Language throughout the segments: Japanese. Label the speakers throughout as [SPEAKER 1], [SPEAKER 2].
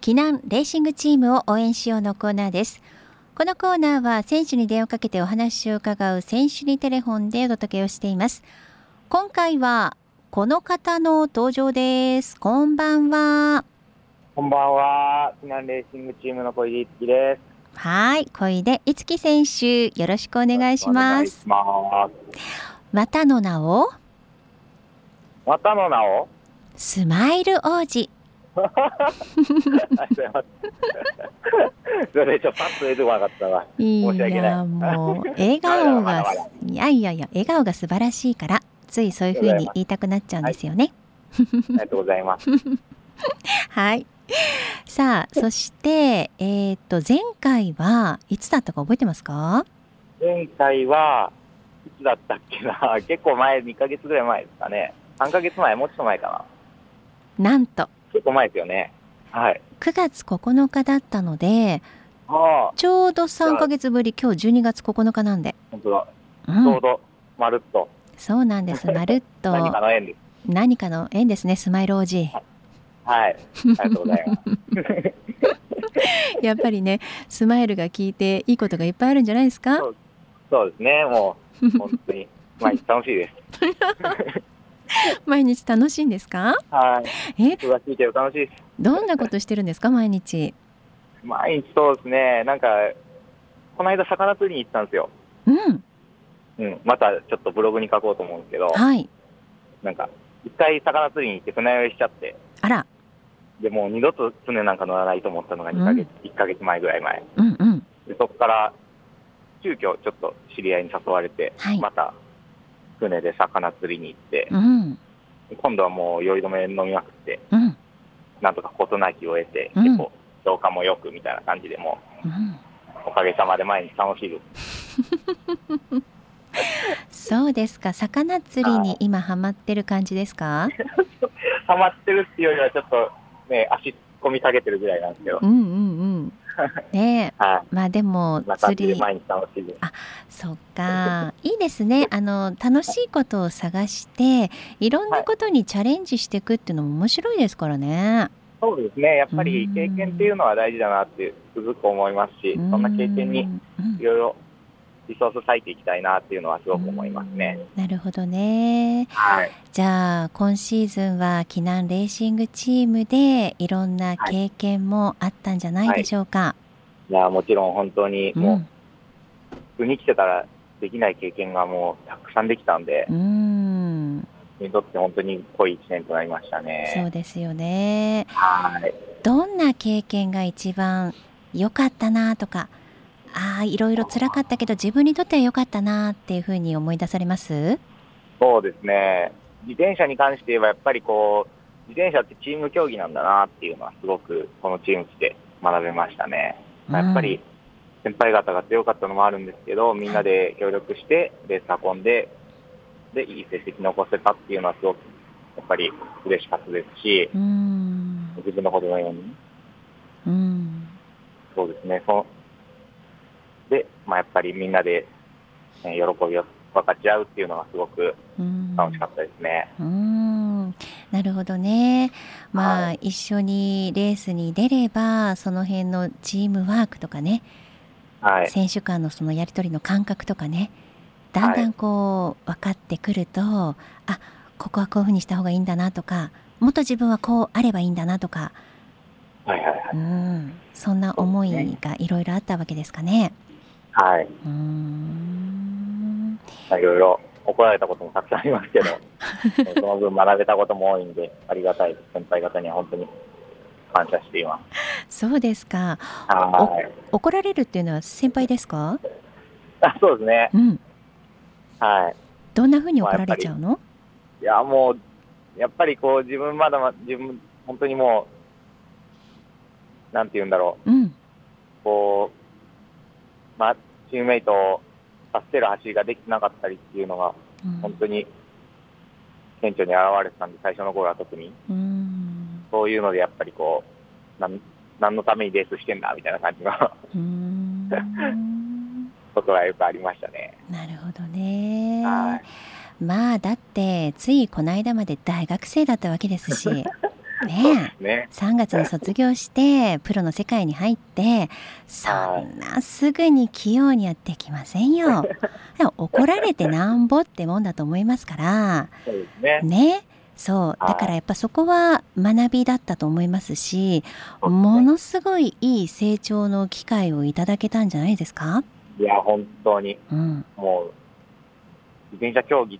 [SPEAKER 1] 避難レーシングチームを応援しようのコーナーですこのコーナーは選手に電話をかけてお話を伺う選手にテレフォンでお届けをしています今回はこの方の登場ですこんばんは
[SPEAKER 2] こんばんは。避難レーシングチームの小出樹です。
[SPEAKER 1] はい小出いつき選手よろしくお願いし
[SPEAKER 2] お願
[SPEAKER 1] ま
[SPEAKER 2] いし
[SPEAKER 1] す
[SPEAKER 2] ます。
[SPEAKER 1] またの名を
[SPEAKER 2] またの名を。
[SPEAKER 1] スマイル王子
[SPEAKER 2] ありがとうございます。 それちょっとパッと出てこなかったわ。
[SPEAKER 1] い
[SPEAKER 2] 申し訳ない
[SPEAKER 1] やもう笑顔
[SPEAKER 2] まだまだ
[SPEAKER 1] が
[SPEAKER 2] まだ
[SPEAKER 1] いやいやいや笑顔が素晴らしいからついそういう風に言いたくなっちゃうんですよね。
[SPEAKER 2] ありがとうございます。
[SPEAKER 1] はい。さあそしてえっと前回はいつだったか覚えてますか？
[SPEAKER 2] 前回はいつだったっけな。結構前、2ヶ月ぐらい前ですかね。3ヶ月前、もうちょっと前かな。
[SPEAKER 1] なんと
[SPEAKER 2] 結構前ですよね。はい。
[SPEAKER 1] 9月9日だったので
[SPEAKER 2] ああ、
[SPEAKER 1] ちょうど3ヶ月ぶり今日12月9日なんで。
[SPEAKER 2] 本当だ。
[SPEAKER 1] う
[SPEAKER 2] ちょ
[SPEAKER 1] ん
[SPEAKER 2] う。ど、まるっと、
[SPEAKER 1] そうなん です。まるっ
[SPEAKER 2] 何
[SPEAKER 1] と
[SPEAKER 2] かの縁です。
[SPEAKER 1] 何かの縁ですねスマイル王子。
[SPEAKER 2] はい。ありがとうございます。
[SPEAKER 1] やっぱりねスマイルが効いていいことがいっぱいあるんじゃないですか？
[SPEAKER 2] そうですね。もう、本当に、毎日楽しいです。
[SPEAKER 1] 毎日楽しいんですか？
[SPEAKER 2] はい。
[SPEAKER 1] え
[SPEAKER 2] 忙しいけど楽しいです。
[SPEAKER 1] どんなことしてるんですか毎日
[SPEAKER 2] 毎日そうですね、なんか、この間、魚釣りに行ったんですよ、
[SPEAKER 1] うん
[SPEAKER 2] うん、またちょっとブログに書こうと思うんですけど、
[SPEAKER 1] はい
[SPEAKER 2] なんか、一回魚釣りに行って船酔いしちゃって、
[SPEAKER 1] あら
[SPEAKER 2] でもう二度と船なんか乗らないと思ったのが2ヶ月、1ヶ月前ぐらい前、
[SPEAKER 1] うんうん
[SPEAKER 2] でそこから急遽ちょっと知り合いに誘われて、
[SPEAKER 1] はい
[SPEAKER 2] また船で魚釣りに行って
[SPEAKER 1] う、ん
[SPEAKER 2] 今度はもう酔い止め飲みまくって、
[SPEAKER 1] うん
[SPEAKER 2] なんとか事なきを得て、
[SPEAKER 1] うん
[SPEAKER 2] 結構、消化もよくみたいな感じで、も
[SPEAKER 1] うん
[SPEAKER 2] う、おかげさまで毎日楽しいです。
[SPEAKER 1] そうですか魚釣りに今ハマってる感じです か
[SPEAKER 2] ハマってるっていうよりは、ちょっとね、足突っ込みかけてるぐらいなんですけど、
[SPEAKER 1] うんうんうんねえ
[SPEAKER 2] はい。
[SPEAKER 1] まあでも
[SPEAKER 2] こんな感じ
[SPEAKER 1] 釣
[SPEAKER 2] で
[SPEAKER 1] り
[SPEAKER 2] 毎日楽しいです。
[SPEAKER 1] そっかいいです ねあの楽しいことを探していろんなことにチャレンジしていくっていうのも面白いですからね
[SPEAKER 2] そうですね、やっぱ
[SPEAKER 1] う
[SPEAKER 2] り
[SPEAKER 1] ん
[SPEAKER 2] 経験っていうのは大事だなってつくづく思いますし、そんな経
[SPEAKER 1] う
[SPEAKER 2] 験に
[SPEAKER 1] んうん
[SPEAKER 2] いろいろリソース割いていきたいなっていうのはすごく思いますね。
[SPEAKER 1] なるほどね
[SPEAKER 2] はい。
[SPEAKER 1] じゃあ今シーズンは避難レーシングチームでいろんな経験もあったんじゃないでしょうか。
[SPEAKER 2] いや、もちろん本当にも
[SPEAKER 1] う
[SPEAKER 2] う、普通に来てたらできない経験がもうたくさんできたんで、
[SPEAKER 1] ん、うん、
[SPEAKER 2] 私にとって本当に濃い一年となりました
[SPEAKER 1] そう
[SPEAKER 2] ね。
[SPEAKER 1] ですよね。
[SPEAKER 2] はい。
[SPEAKER 1] どんな経験が一番良かったなとか、ああいろいろ辛かったけど自分にとっては良かったなっていうふうに思い出されます？
[SPEAKER 2] そうですね、自転車に関して言えば、やっぱりこう、自転車ってチーム競技なんだなっていうのは、すごくこのチーム来て学べましたね。まあやっぱり先輩方が強かったのもあるんですけど、みんなで協力して、レース運んで、で、いい成績残せたっていうのは、すごくやっぱり嬉しかったですし、
[SPEAKER 1] うん、
[SPEAKER 2] 自分のことのように、
[SPEAKER 1] うん、うん、
[SPEAKER 2] そうですね、そで、まあ、やっぱりみんなで、えー喜びを分かち合うっていうのが、すごく
[SPEAKER 1] うん
[SPEAKER 2] 楽しかったですね。
[SPEAKER 1] うーんなるほどね。まあ、
[SPEAKER 2] は
[SPEAKER 1] 一緒にレースに出ればその辺のチームワークとかね、
[SPEAKER 2] はい
[SPEAKER 1] 選手間のそのやり取りの感覚とかねだんだんこう分かってくると、あここはこういうふうにした方がいいんだなとかもっと自分はこうあればいいんだなとか、
[SPEAKER 2] はいはいはい
[SPEAKER 1] うん、そんな思いがいろいろあったわけですかね。
[SPEAKER 2] はいう
[SPEAKER 1] ーん
[SPEAKER 2] まあいろいろ怒られたこともたくさんありますけ ど、その分学べたことも多いんで、ありがたいです。先輩方には本当に感謝しています。
[SPEAKER 1] そうですか
[SPEAKER 2] はい。
[SPEAKER 1] 怒られるっていうのは先輩ですか、
[SPEAKER 2] あそうですね。
[SPEAKER 1] うん、
[SPEAKER 2] は
[SPEAKER 1] どんなふうに怒られちゃうの、
[SPEAKER 2] い。いや、もう、やっぱりこう、自分まだま、自分、本当にもう、なんて言うんだろ
[SPEAKER 1] うん
[SPEAKER 2] う、こう、まあ、チームメイトを助ける走りができてなかったりっていうのが、
[SPEAKER 1] うん
[SPEAKER 2] 本当に顕著に現れてたんで、最初の頃は特に。
[SPEAKER 1] うん
[SPEAKER 2] そういうのでやっぱりこう、なん何のためにレースしてんだみたいな感じの
[SPEAKER 1] うーん
[SPEAKER 2] ことがよくありましたね。
[SPEAKER 1] なるほどね。
[SPEAKER 2] はい
[SPEAKER 1] まあだってついこの間まで大学生だったわけですし、ねえ
[SPEAKER 2] ね。
[SPEAKER 1] 3月に卒業してプロの世界に入ってそんなすぐに器用にはできませんよ。でも怒られてなんぼってもんだと思いますから
[SPEAKER 2] そうですね。
[SPEAKER 1] ねそう
[SPEAKER 2] はい
[SPEAKER 1] だからやっぱそこは学びだったと思いますしものすごいいい成長の機会をいただけたんじゃないですか、
[SPEAKER 2] いや、本当に、
[SPEAKER 1] うん、
[SPEAKER 2] もう、自転車競技、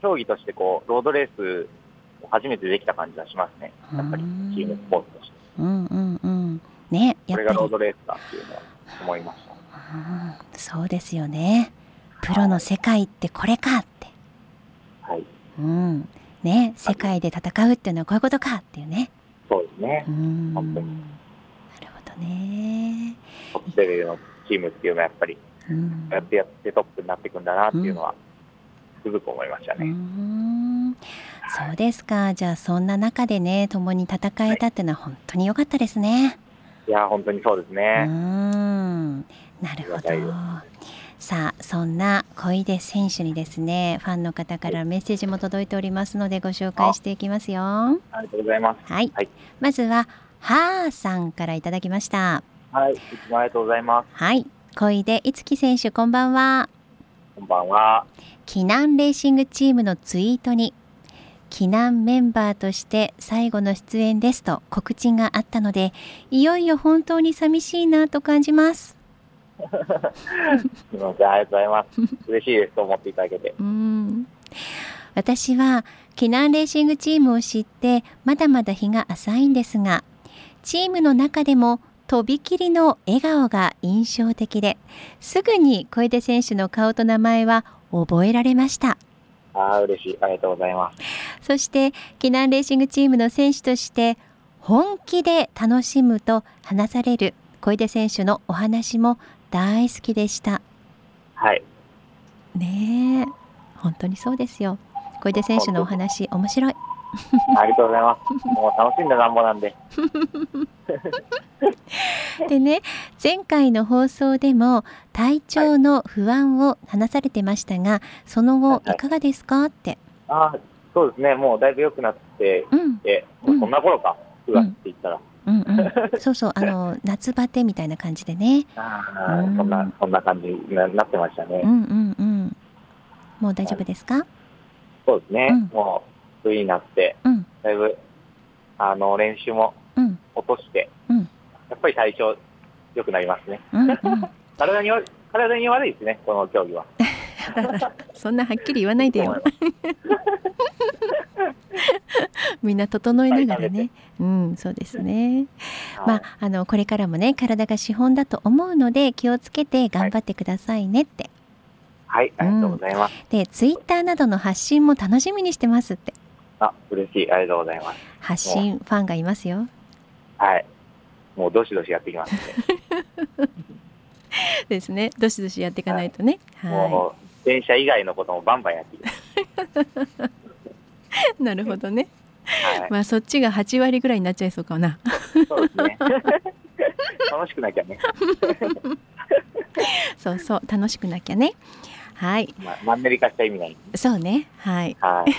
[SPEAKER 2] 競技としてこう、ロードレースを初めてできた感じがしますね。やっぱり、チームスポーツとして。
[SPEAKER 1] うんうんうんねや
[SPEAKER 2] こ
[SPEAKER 1] っぱ
[SPEAKER 2] れが
[SPEAKER 1] り
[SPEAKER 2] ロードレースだっていうのは思いました。
[SPEAKER 1] うんそうですよねプロの世界ってこれかって、
[SPEAKER 2] はい。
[SPEAKER 1] うんね、世界で戦うっていうのはこういうことかっていうね
[SPEAKER 2] そうですね
[SPEAKER 1] う。んなる
[SPEAKER 2] 本当に
[SPEAKER 1] ほどね、
[SPEAKER 2] トップレベルのチームっていうのはやっぱり、
[SPEAKER 1] うん
[SPEAKER 2] やってやってトップになっていくんだなっていうのは、すごく思いました
[SPEAKER 1] うー
[SPEAKER 2] ね。
[SPEAKER 1] んそうですか。じゃあそんな中でね、共に戦えたってのは本当に良かったですね。
[SPEAKER 2] いや、本当にそうです
[SPEAKER 1] うー
[SPEAKER 2] ね。
[SPEAKER 1] ん、なるほ
[SPEAKER 2] ありが
[SPEAKER 1] ど。さあそんな小出選手にですね、ファンの方からメッセージも届いておりますのでご紹介していきますよ。は
[SPEAKER 2] ありがとうございます。
[SPEAKER 1] い。
[SPEAKER 2] はい
[SPEAKER 1] まずははーさんからいただきました。
[SPEAKER 2] はい、いつもありがとうございます。
[SPEAKER 1] はい。小出いつき選手こんばんは。
[SPEAKER 2] こんばんは。
[SPEAKER 1] 避難レーシングチームのツイートに避難メンバーとして最後の出演ですと告知があったのでいよいよ本当に寂しいなと感じます
[SPEAKER 2] すみません、ありがとうござ います。嬉しいですと思っていただけて。
[SPEAKER 1] うん私は避難レーシングチームを知ってまだまだ日が浅いんですがチームの中でもとびきりの笑顔が印象的ですぐに小出選手の顔と名前は覚えられました
[SPEAKER 2] ああ、嬉しい。ありがとうございます。
[SPEAKER 1] そして、避難レーシングチームの選手として、本気で楽しむと話される小出選手のお話も大好きでした。
[SPEAKER 2] はい。
[SPEAKER 1] ねえ、本当にそうですよ。小出選手のお話、面白い。
[SPEAKER 2] ありがとうござい ます。もう楽しんだなんぼなんで。
[SPEAKER 1] でね、前回の放送でも体調の不安を話されてましたが、その後いかがですかって。
[SPEAKER 2] ああ、そうですね。もうだいぶ良くなって
[SPEAKER 1] うん
[SPEAKER 2] き、て、もうこんな頃か。9月って言ったら。
[SPEAKER 1] うん、うん。 そうそう、あの、夏バテみたいな感じでね。
[SPEAKER 2] ああ
[SPEAKER 1] うん、
[SPEAKER 2] そんな、そんな感じにななってましたね。
[SPEAKER 1] うんうんうん。もう大丈夫ですか
[SPEAKER 2] そうですね。
[SPEAKER 1] うん
[SPEAKER 2] もう、冬になって、
[SPEAKER 1] うん、
[SPEAKER 2] だいぶ、あの、練習も
[SPEAKER 1] うん。
[SPEAKER 2] 落として、
[SPEAKER 1] うん
[SPEAKER 2] やっぱり体調良くなりますね。
[SPEAKER 1] うんうん、
[SPEAKER 2] 体に悪い、体に悪いですね、この競技は。
[SPEAKER 1] そんなはっきり言わないでよ。みんな整えながらね。うん、そうですね。まあ、あの、これからもね、体が資本だと思うので、気をつけて頑張ってくださいねって。
[SPEAKER 2] はい、ありがとうございます。
[SPEAKER 1] で、ツイッターなどの発信も楽しみにしてますって。
[SPEAKER 2] あ、嬉しい、ありがとうございます。
[SPEAKER 1] 発信ファンがいますよ。
[SPEAKER 2] はい。もうどしどしやっていきますね。
[SPEAKER 1] ですね。どしどしやっていかないとね。は
[SPEAKER 2] もう、電車以外のこともバンバンやっていきます。
[SPEAKER 1] い。なるほどね。
[SPEAKER 2] はい、
[SPEAKER 1] まあ、そっちが8割ぐらいになっちゃいそうかな。
[SPEAKER 2] そうですね。 楽しくなきゃね、
[SPEAKER 1] そうそう、楽しくなきゃね。はい。
[SPEAKER 2] まあ、マンネリ化した意味ない。
[SPEAKER 1] そうね。はい。
[SPEAKER 2] はい。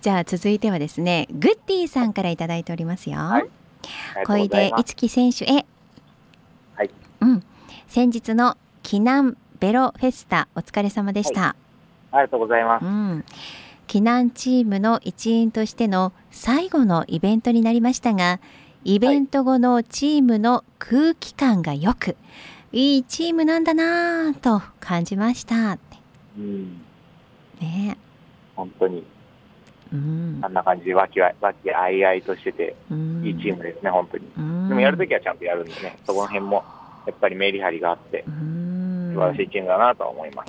[SPEAKER 1] じゃあ続いてはですねグッディさんからいただいておりますよ、
[SPEAKER 2] はいありがと
[SPEAKER 1] 小
[SPEAKER 2] うござ
[SPEAKER 1] 出
[SPEAKER 2] いま
[SPEAKER 1] い
[SPEAKER 2] す。
[SPEAKER 1] つき選手へ
[SPEAKER 2] はい
[SPEAKER 1] うん先日の避難ベロフェスタお疲れ様でした、
[SPEAKER 2] ありがとうございます。
[SPEAKER 1] うん避難チームの一員としての最後のイベントになりましたがイベント後のチームの空気感がよくいいチームなんだなぁと感じました
[SPEAKER 2] うん、
[SPEAKER 1] ね
[SPEAKER 2] 本当に、
[SPEAKER 1] うん
[SPEAKER 2] あんな感じで、わきわわきあいあいとしてて、
[SPEAKER 1] うん
[SPEAKER 2] いいチームですね、本当に。
[SPEAKER 1] うん
[SPEAKER 2] でもやるときはちゃんとやるんでね、そこの辺も、やっぱりメリハリがあって、
[SPEAKER 1] うん
[SPEAKER 2] 素晴らしいチームだなとは思いま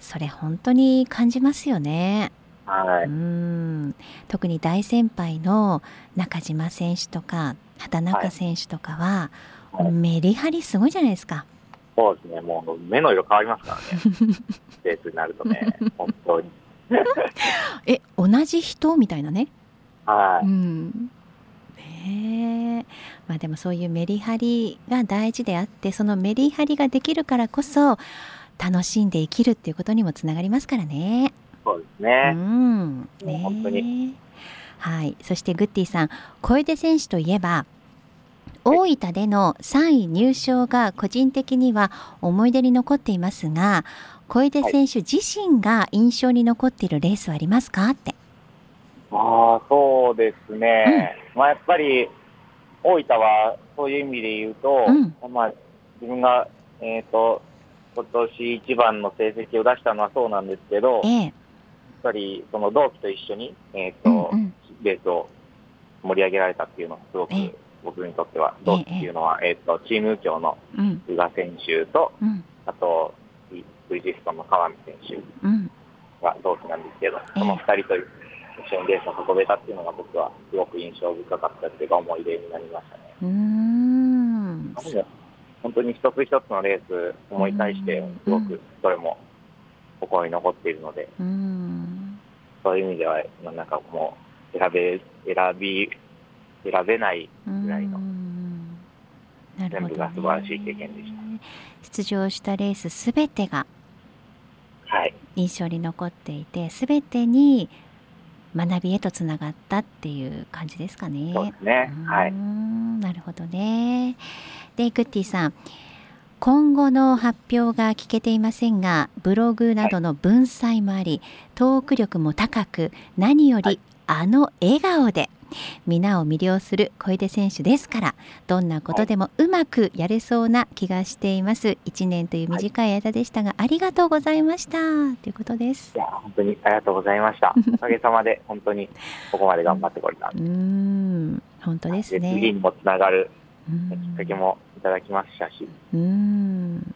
[SPEAKER 2] す。
[SPEAKER 1] それ本当に感じますよね、
[SPEAKER 2] は
[SPEAKER 1] う
[SPEAKER 2] い。
[SPEAKER 1] ん特に大先輩の中島選手とか畑中選手とかは、
[SPEAKER 2] はい
[SPEAKER 1] メリハリすごいじゃないですか、
[SPEAKER 2] そうですね、もう目の色変わりますからね、 レースになるとね、本当に。
[SPEAKER 1] え同じ人みたいなね、
[SPEAKER 2] はい。
[SPEAKER 1] うんねえまあでもそういうメリハリが大事であってそのメリハリができるからこそ楽しんで生きるっていうことにもつながりますからね。
[SPEAKER 2] そうです
[SPEAKER 1] う
[SPEAKER 2] ね。
[SPEAKER 1] ん、
[SPEAKER 2] もう本当
[SPEAKER 1] ねえはい、そしてグッティさん、小出選手といえば、大分での3位入賞が個人的には思い出に残っていますが、小出選手自身が印象に残っているレースはありますかって。
[SPEAKER 2] ああ、そうですね。まあ、やっぱり、大分は、そういう意味で言うと、まあ、自分が、えっ、と、今年一番の成績を出したのはそうなんですけど、
[SPEAKER 1] え
[SPEAKER 2] やっ
[SPEAKER 1] え、
[SPEAKER 2] ぱり、その同期と一緒に、えっ、
[SPEAKER 1] うん
[SPEAKER 2] と、
[SPEAKER 1] うん、
[SPEAKER 2] レースを盛り上げられたっていうのは、すごく
[SPEAKER 1] ええ
[SPEAKER 2] 僕にとっては、
[SPEAKER 1] え
[SPEAKER 2] 同期っていうのは、えっ、と、チーム長の
[SPEAKER 1] うん、
[SPEAKER 2] 宇賀選手と、
[SPEAKER 1] うん、
[SPEAKER 2] あと、イブリジストンの川見選手
[SPEAKER 1] うん、
[SPEAKER 2] が同期なんですけど、
[SPEAKER 1] え
[SPEAKER 2] その2人と一緒にレースを運べたっていうのが僕はすごく印象深かったっていうか思い出になりましたね。
[SPEAKER 1] うーん、
[SPEAKER 2] 本当に一つ一つのレース思い返して
[SPEAKER 1] うん、
[SPEAKER 2] すごくそれも心に残っているので、
[SPEAKER 1] うーん、
[SPEAKER 2] そういう意味では、なんかもう選べ、選び、選べない、
[SPEAKER 1] うーん
[SPEAKER 2] ぐらいの
[SPEAKER 1] なるほどね
[SPEAKER 2] 全部が素晴らしい経験でし
[SPEAKER 1] 出場したレースすべてが
[SPEAKER 2] はい、
[SPEAKER 1] 印象に残っていてすべてに学びへとつながったっていう感じですかね。
[SPEAKER 2] そうですね。
[SPEAKER 1] う
[SPEAKER 2] はい
[SPEAKER 1] ー。んなるほどね。でグッティさん今後の発表が聞けていませんがブログなどの文才もあり、トーク力も高く何より、
[SPEAKER 2] はい
[SPEAKER 1] あの笑顔で皆を魅了する小出選手ですからどんなことでもうまくやれそうな気がしています1年という短い間でしたが、ありがとうございましたということです
[SPEAKER 2] い。や、本当にありがとうございました。おかげさまで、本当にここまで頑張ってこれたん
[SPEAKER 1] う
[SPEAKER 2] で。
[SPEAKER 1] ーん本当です
[SPEAKER 2] で次
[SPEAKER 1] ね。
[SPEAKER 2] にもつながる
[SPEAKER 1] う
[SPEAKER 2] き
[SPEAKER 1] ーん
[SPEAKER 2] っかけもいただきましたし、
[SPEAKER 1] うーん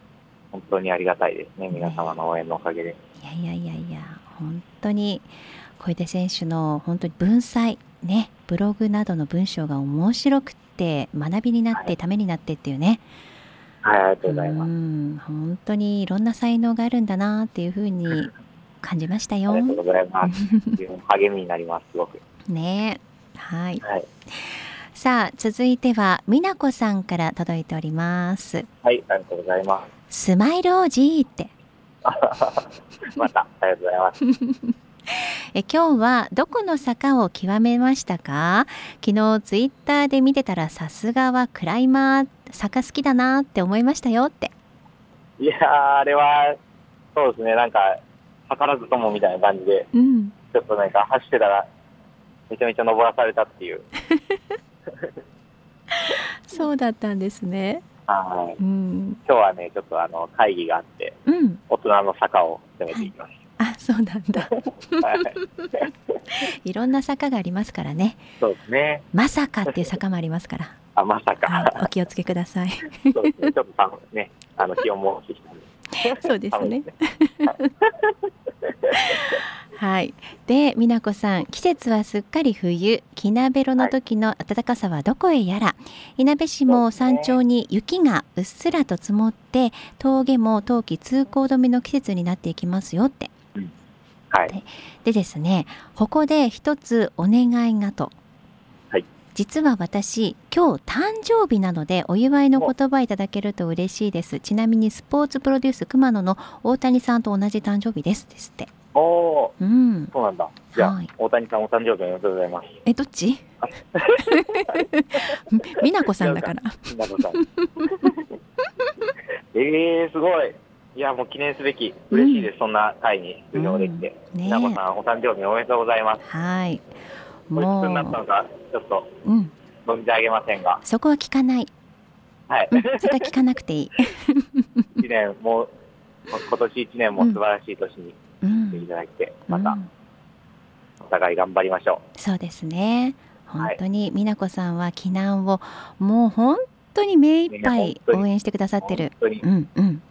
[SPEAKER 2] 本当にありがたいですね、皆様の応援のおかげで。
[SPEAKER 1] いやいやいやいや、本当に小出選手の本当に文才、ね、ブログなどの文章が面白くって、学びになっ
[SPEAKER 2] は
[SPEAKER 1] て、ためになってっていうね、
[SPEAKER 2] はい、ありがとう
[SPEAKER 1] う
[SPEAKER 2] ございます。
[SPEAKER 1] ん本当にいろんな才能があるんだなっていうふうに感じました
[SPEAKER 2] あ
[SPEAKER 1] よ
[SPEAKER 2] り。がとうございます。自分の励みになります、すごく。
[SPEAKER 1] ねはい、
[SPEAKER 2] はい。
[SPEAKER 1] さあ続いては美奈子さんから届いております。
[SPEAKER 2] はい、ありがとうございま
[SPEAKER 1] スマイル OG って
[SPEAKER 2] す。 また、ありがとうございます。
[SPEAKER 1] え今日はどこの坂を極めましたか昨日ツイッターで見てたらさすがはクライマー坂好きだなって思いましたよって
[SPEAKER 2] いやー、あれは、そうですね、なんか、図らずともみたいな感じで、
[SPEAKER 1] うん
[SPEAKER 2] ちょっとなんか走ってたら、めちゃめちゃ登らされたっていう。
[SPEAKER 1] そうだったんですね
[SPEAKER 2] はい。
[SPEAKER 1] うん
[SPEAKER 2] 今日はね、ちょっとあの、会議があって、
[SPEAKER 1] うん
[SPEAKER 2] 大人の坂を攻めていきまし
[SPEAKER 1] あそうなん だ
[SPEAKER 2] た。はい。
[SPEAKER 1] いろんな坂がありますからね
[SPEAKER 2] そうですね。
[SPEAKER 1] まさかっていう坂もありますから、
[SPEAKER 2] あ、まさか。
[SPEAKER 1] はい、お気をつけください
[SPEAKER 2] そうですね。ちょっと寒いね、あの気温も落ちてきたんで。
[SPEAKER 1] そうです
[SPEAKER 2] 寒い
[SPEAKER 1] ねはいで美奈子さん季節はすっかり冬きなべろの時の暖かさはどこへやら、いなべ市も山頂に雪がうっすらと積もって峠も冬季通行止めの季節になっていきますよって
[SPEAKER 2] はい。
[SPEAKER 1] でですねここで一つお願いがと、
[SPEAKER 2] はい
[SPEAKER 1] 実は私今日誕生日なのでお祝いの言葉いただけると嬉しいですちなみにスポーツプロデュース熊野の大谷さんと同じ誕生日ですですって
[SPEAKER 2] おお
[SPEAKER 1] うん
[SPEAKER 2] ー、そうなんだ。じゃあ、
[SPEAKER 1] はい
[SPEAKER 2] 大谷さんお誕生日おめでとうございます。
[SPEAKER 1] えどっ ち美奈子さんだから
[SPEAKER 2] なるほど。 ええー、すごい。いや、もう記念すべき、嬉しいです、そんな会に出場できて。
[SPEAKER 1] ね
[SPEAKER 2] みなこさん、お誕生日おめでとうございます。
[SPEAKER 1] はい
[SPEAKER 2] ごちそうになった
[SPEAKER 1] も
[SPEAKER 2] のか、ちょっと
[SPEAKER 1] う、うん、
[SPEAKER 2] 存じ上げませんが、
[SPEAKER 1] そこは聞かない、
[SPEAKER 2] はい、
[SPEAKER 1] うん、それは聞かなくていい、
[SPEAKER 2] 一年もう、今年一年も素晴らしい年に
[SPEAKER 1] う
[SPEAKER 2] してい
[SPEAKER 1] ん
[SPEAKER 2] ただいて、また
[SPEAKER 1] う、ん
[SPEAKER 2] お互い頑張りましょ
[SPEAKER 1] そうですね本
[SPEAKER 2] はい
[SPEAKER 1] 当に美奈子さんは避難をもう本当に目いっぱ
[SPEAKER 2] ね
[SPEAKER 1] い
[SPEAKER 2] 本当に
[SPEAKER 1] 応援してくださ
[SPEAKER 2] う。
[SPEAKER 1] ってる
[SPEAKER 2] 本当に
[SPEAKER 1] う、んうん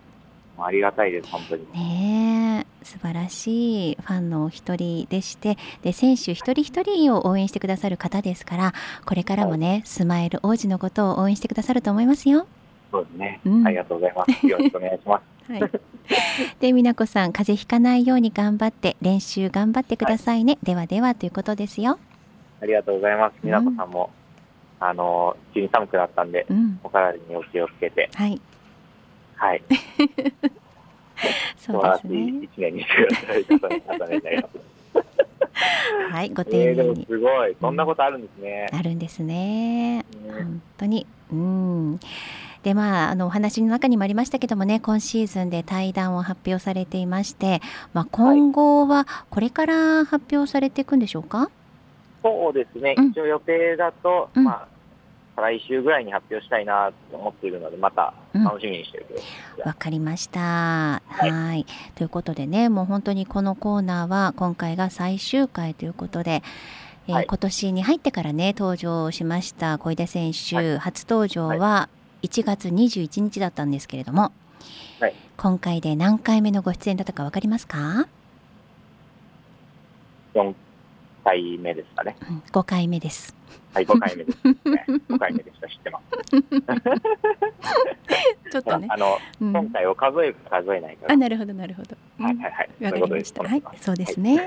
[SPEAKER 2] もうありがたいです、本当に。
[SPEAKER 1] ねえ素晴らしいファンのお一人でしてで選手一人一人を応援してくださる方ですからこれからもね、スマイル王子のことを応援してくださると思いますよ。
[SPEAKER 2] そうですね、
[SPEAKER 1] うん
[SPEAKER 2] ありがとうございます。よろしくお願いします。
[SPEAKER 1] はい、で美奈子さん風邪ひかないように頑張って練習頑張ってくださいね、ではではということですよ。
[SPEAKER 2] ありがとうございます。みなこさんも、あの、急に寒くなったんで、
[SPEAKER 1] うん
[SPEAKER 2] お体にお気をつけて、
[SPEAKER 1] はい、
[SPEAKER 2] はい、
[SPEAKER 1] そ
[SPEAKER 2] 素
[SPEAKER 1] う
[SPEAKER 2] 晴らし
[SPEAKER 1] です
[SPEAKER 2] い
[SPEAKER 1] ね
[SPEAKER 2] 一。年にしてください。方々になります
[SPEAKER 1] はい、ご丁
[SPEAKER 2] えーで
[SPEAKER 1] 寧
[SPEAKER 2] も
[SPEAKER 1] に。
[SPEAKER 2] すごい、そんなことあるんですね。
[SPEAKER 1] あるんですね。
[SPEAKER 2] ね
[SPEAKER 1] 本当に。うん。でまあ、あのお話の中にもありましたけどもね今シーズンで対談を発表されていまして、まあ、今後はこれから発表されていくんでしょうか、
[SPEAKER 2] そうですね、
[SPEAKER 1] うん
[SPEAKER 2] 一応予定だと、
[SPEAKER 1] うん
[SPEAKER 2] まあ、来週ぐらいに発表したいなと思っているので、また
[SPEAKER 1] うん
[SPEAKER 2] 楽しみにしてるけど、
[SPEAKER 1] わかりました。はい、ということでね、もう本当にこのコーナーは今回が最終回ということで、えー
[SPEAKER 2] はい
[SPEAKER 1] 今年に入ってからね登場しました小出選手、
[SPEAKER 2] は
[SPEAKER 1] 初登場は1月21日だったんですけれども、
[SPEAKER 2] はい
[SPEAKER 1] 今回で何回目のご出演だったかわかりますか、
[SPEAKER 2] 4回目です かね。
[SPEAKER 1] うん、?5 回目です。
[SPEAKER 2] はい、5回目です、ね。5回目でした、知ってます。
[SPEAKER 1] ちょっ
[SPEAKER 2] ほら
[SPEAKER 1] とね、
[SPEAKER 2] あの、
[SPEAKER 1] うん
[SPEAKER 2] 今回を数えるか数えないか
[SPEAKER 1] あ
[SPEAKER 2] ら。
[SPEAKER 1] なるほどなるほど。うん
[SPEAKER 2] はいはいはい。
[SPEAKER 1] わか
[SPEAKER 2] そういう
[SPEAKER 1] り
[SPEAKER 2] こと
[SPEAKER 1] ま
[SPEAKER 2] で
[SPEAKER 1] し
[SPEAKER 2] す
[SPEAKER 1] た。
[SPEAKER 2] こ
[SPEAKER 1] は
[SPEAKER 2] の
[SPEAKER 1] い
[SPEAKER 2] 人は、
[SPEAKER 1] そうですね。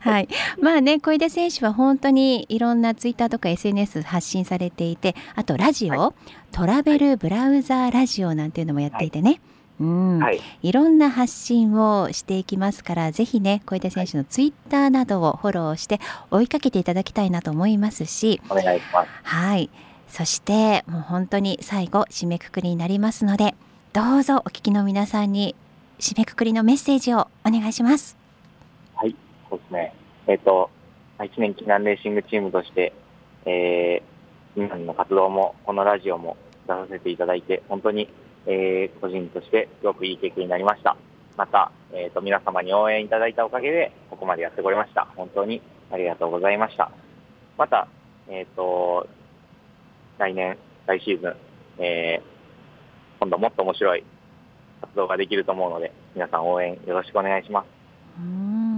[SPEAKER 1] はい、まあね、小出選手は本当にいろんなツイッターとか SNS 発信されていて、あとラジオ、
[SPEAKER 2] は
[SPEAKER 1] トラベルブラウザーラジオなんていうのもやっていてね。うん、、
[SPEAKER 2] はいい、
[SPEAKER 1] ろんな発信をしていきますからぜひね小出選手のツイッターなどをフォローして追いかけていただきたいなと思いますし
[SPEAKER 2] お願いします。
[SPEAKER 1] はいそしてもう本当に最後締めくくりになりますのでどうぞお聞きの皆さんに締めくくりのメッセージをお願いします。
[SPEAKER 2] そうですね。えっ、と、まあ一年記念レーシングチームとして、えー、今の活動も、このラジオも出させていただいて、本当に、えー個人としてすごくいい経験になりました。また、えっ、と、皆様に応援いただいたおかげで、ここまでやってこれました。本当にありがとうございました。また、えっ、と、来年、来シーズン、えー今度もっと面白い活動ができると思うので、皆さん応援よろしくお願いします。
[SPEAKER 1] うん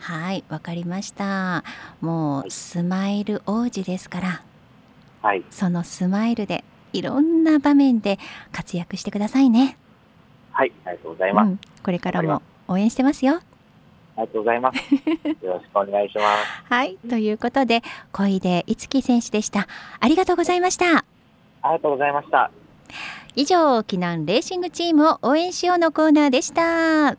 [SPEAKER 1] はい、わかりました。も
[SPEAKER 2] は
[SPEAKER 1] う
[SPEAKER 2] い
[SPEAKER 1] スマイル王子ですから、
[SPEAKER 2] はい。
[SPEAKER 1] そのスマイルでいろんな場面で活躍してくださいね。
[SPEAKER 2] はい、ありがとうございうます。
[SPEAKER 1] ん、これから
[SPEAKER 2] 頑
[SPEAKER 1] も応援してますよ。
[SPEAKER 2] ありがとうございます。よろしくお願いします。
[SPEAKER 1] はい、ということで、小出いつき選手でした。ありがとうございました。
[SPEAKER 2] ありがとうございました。
[SPEAKER 1] 以上、避難レーシングチームを応援しようのコーナーでした。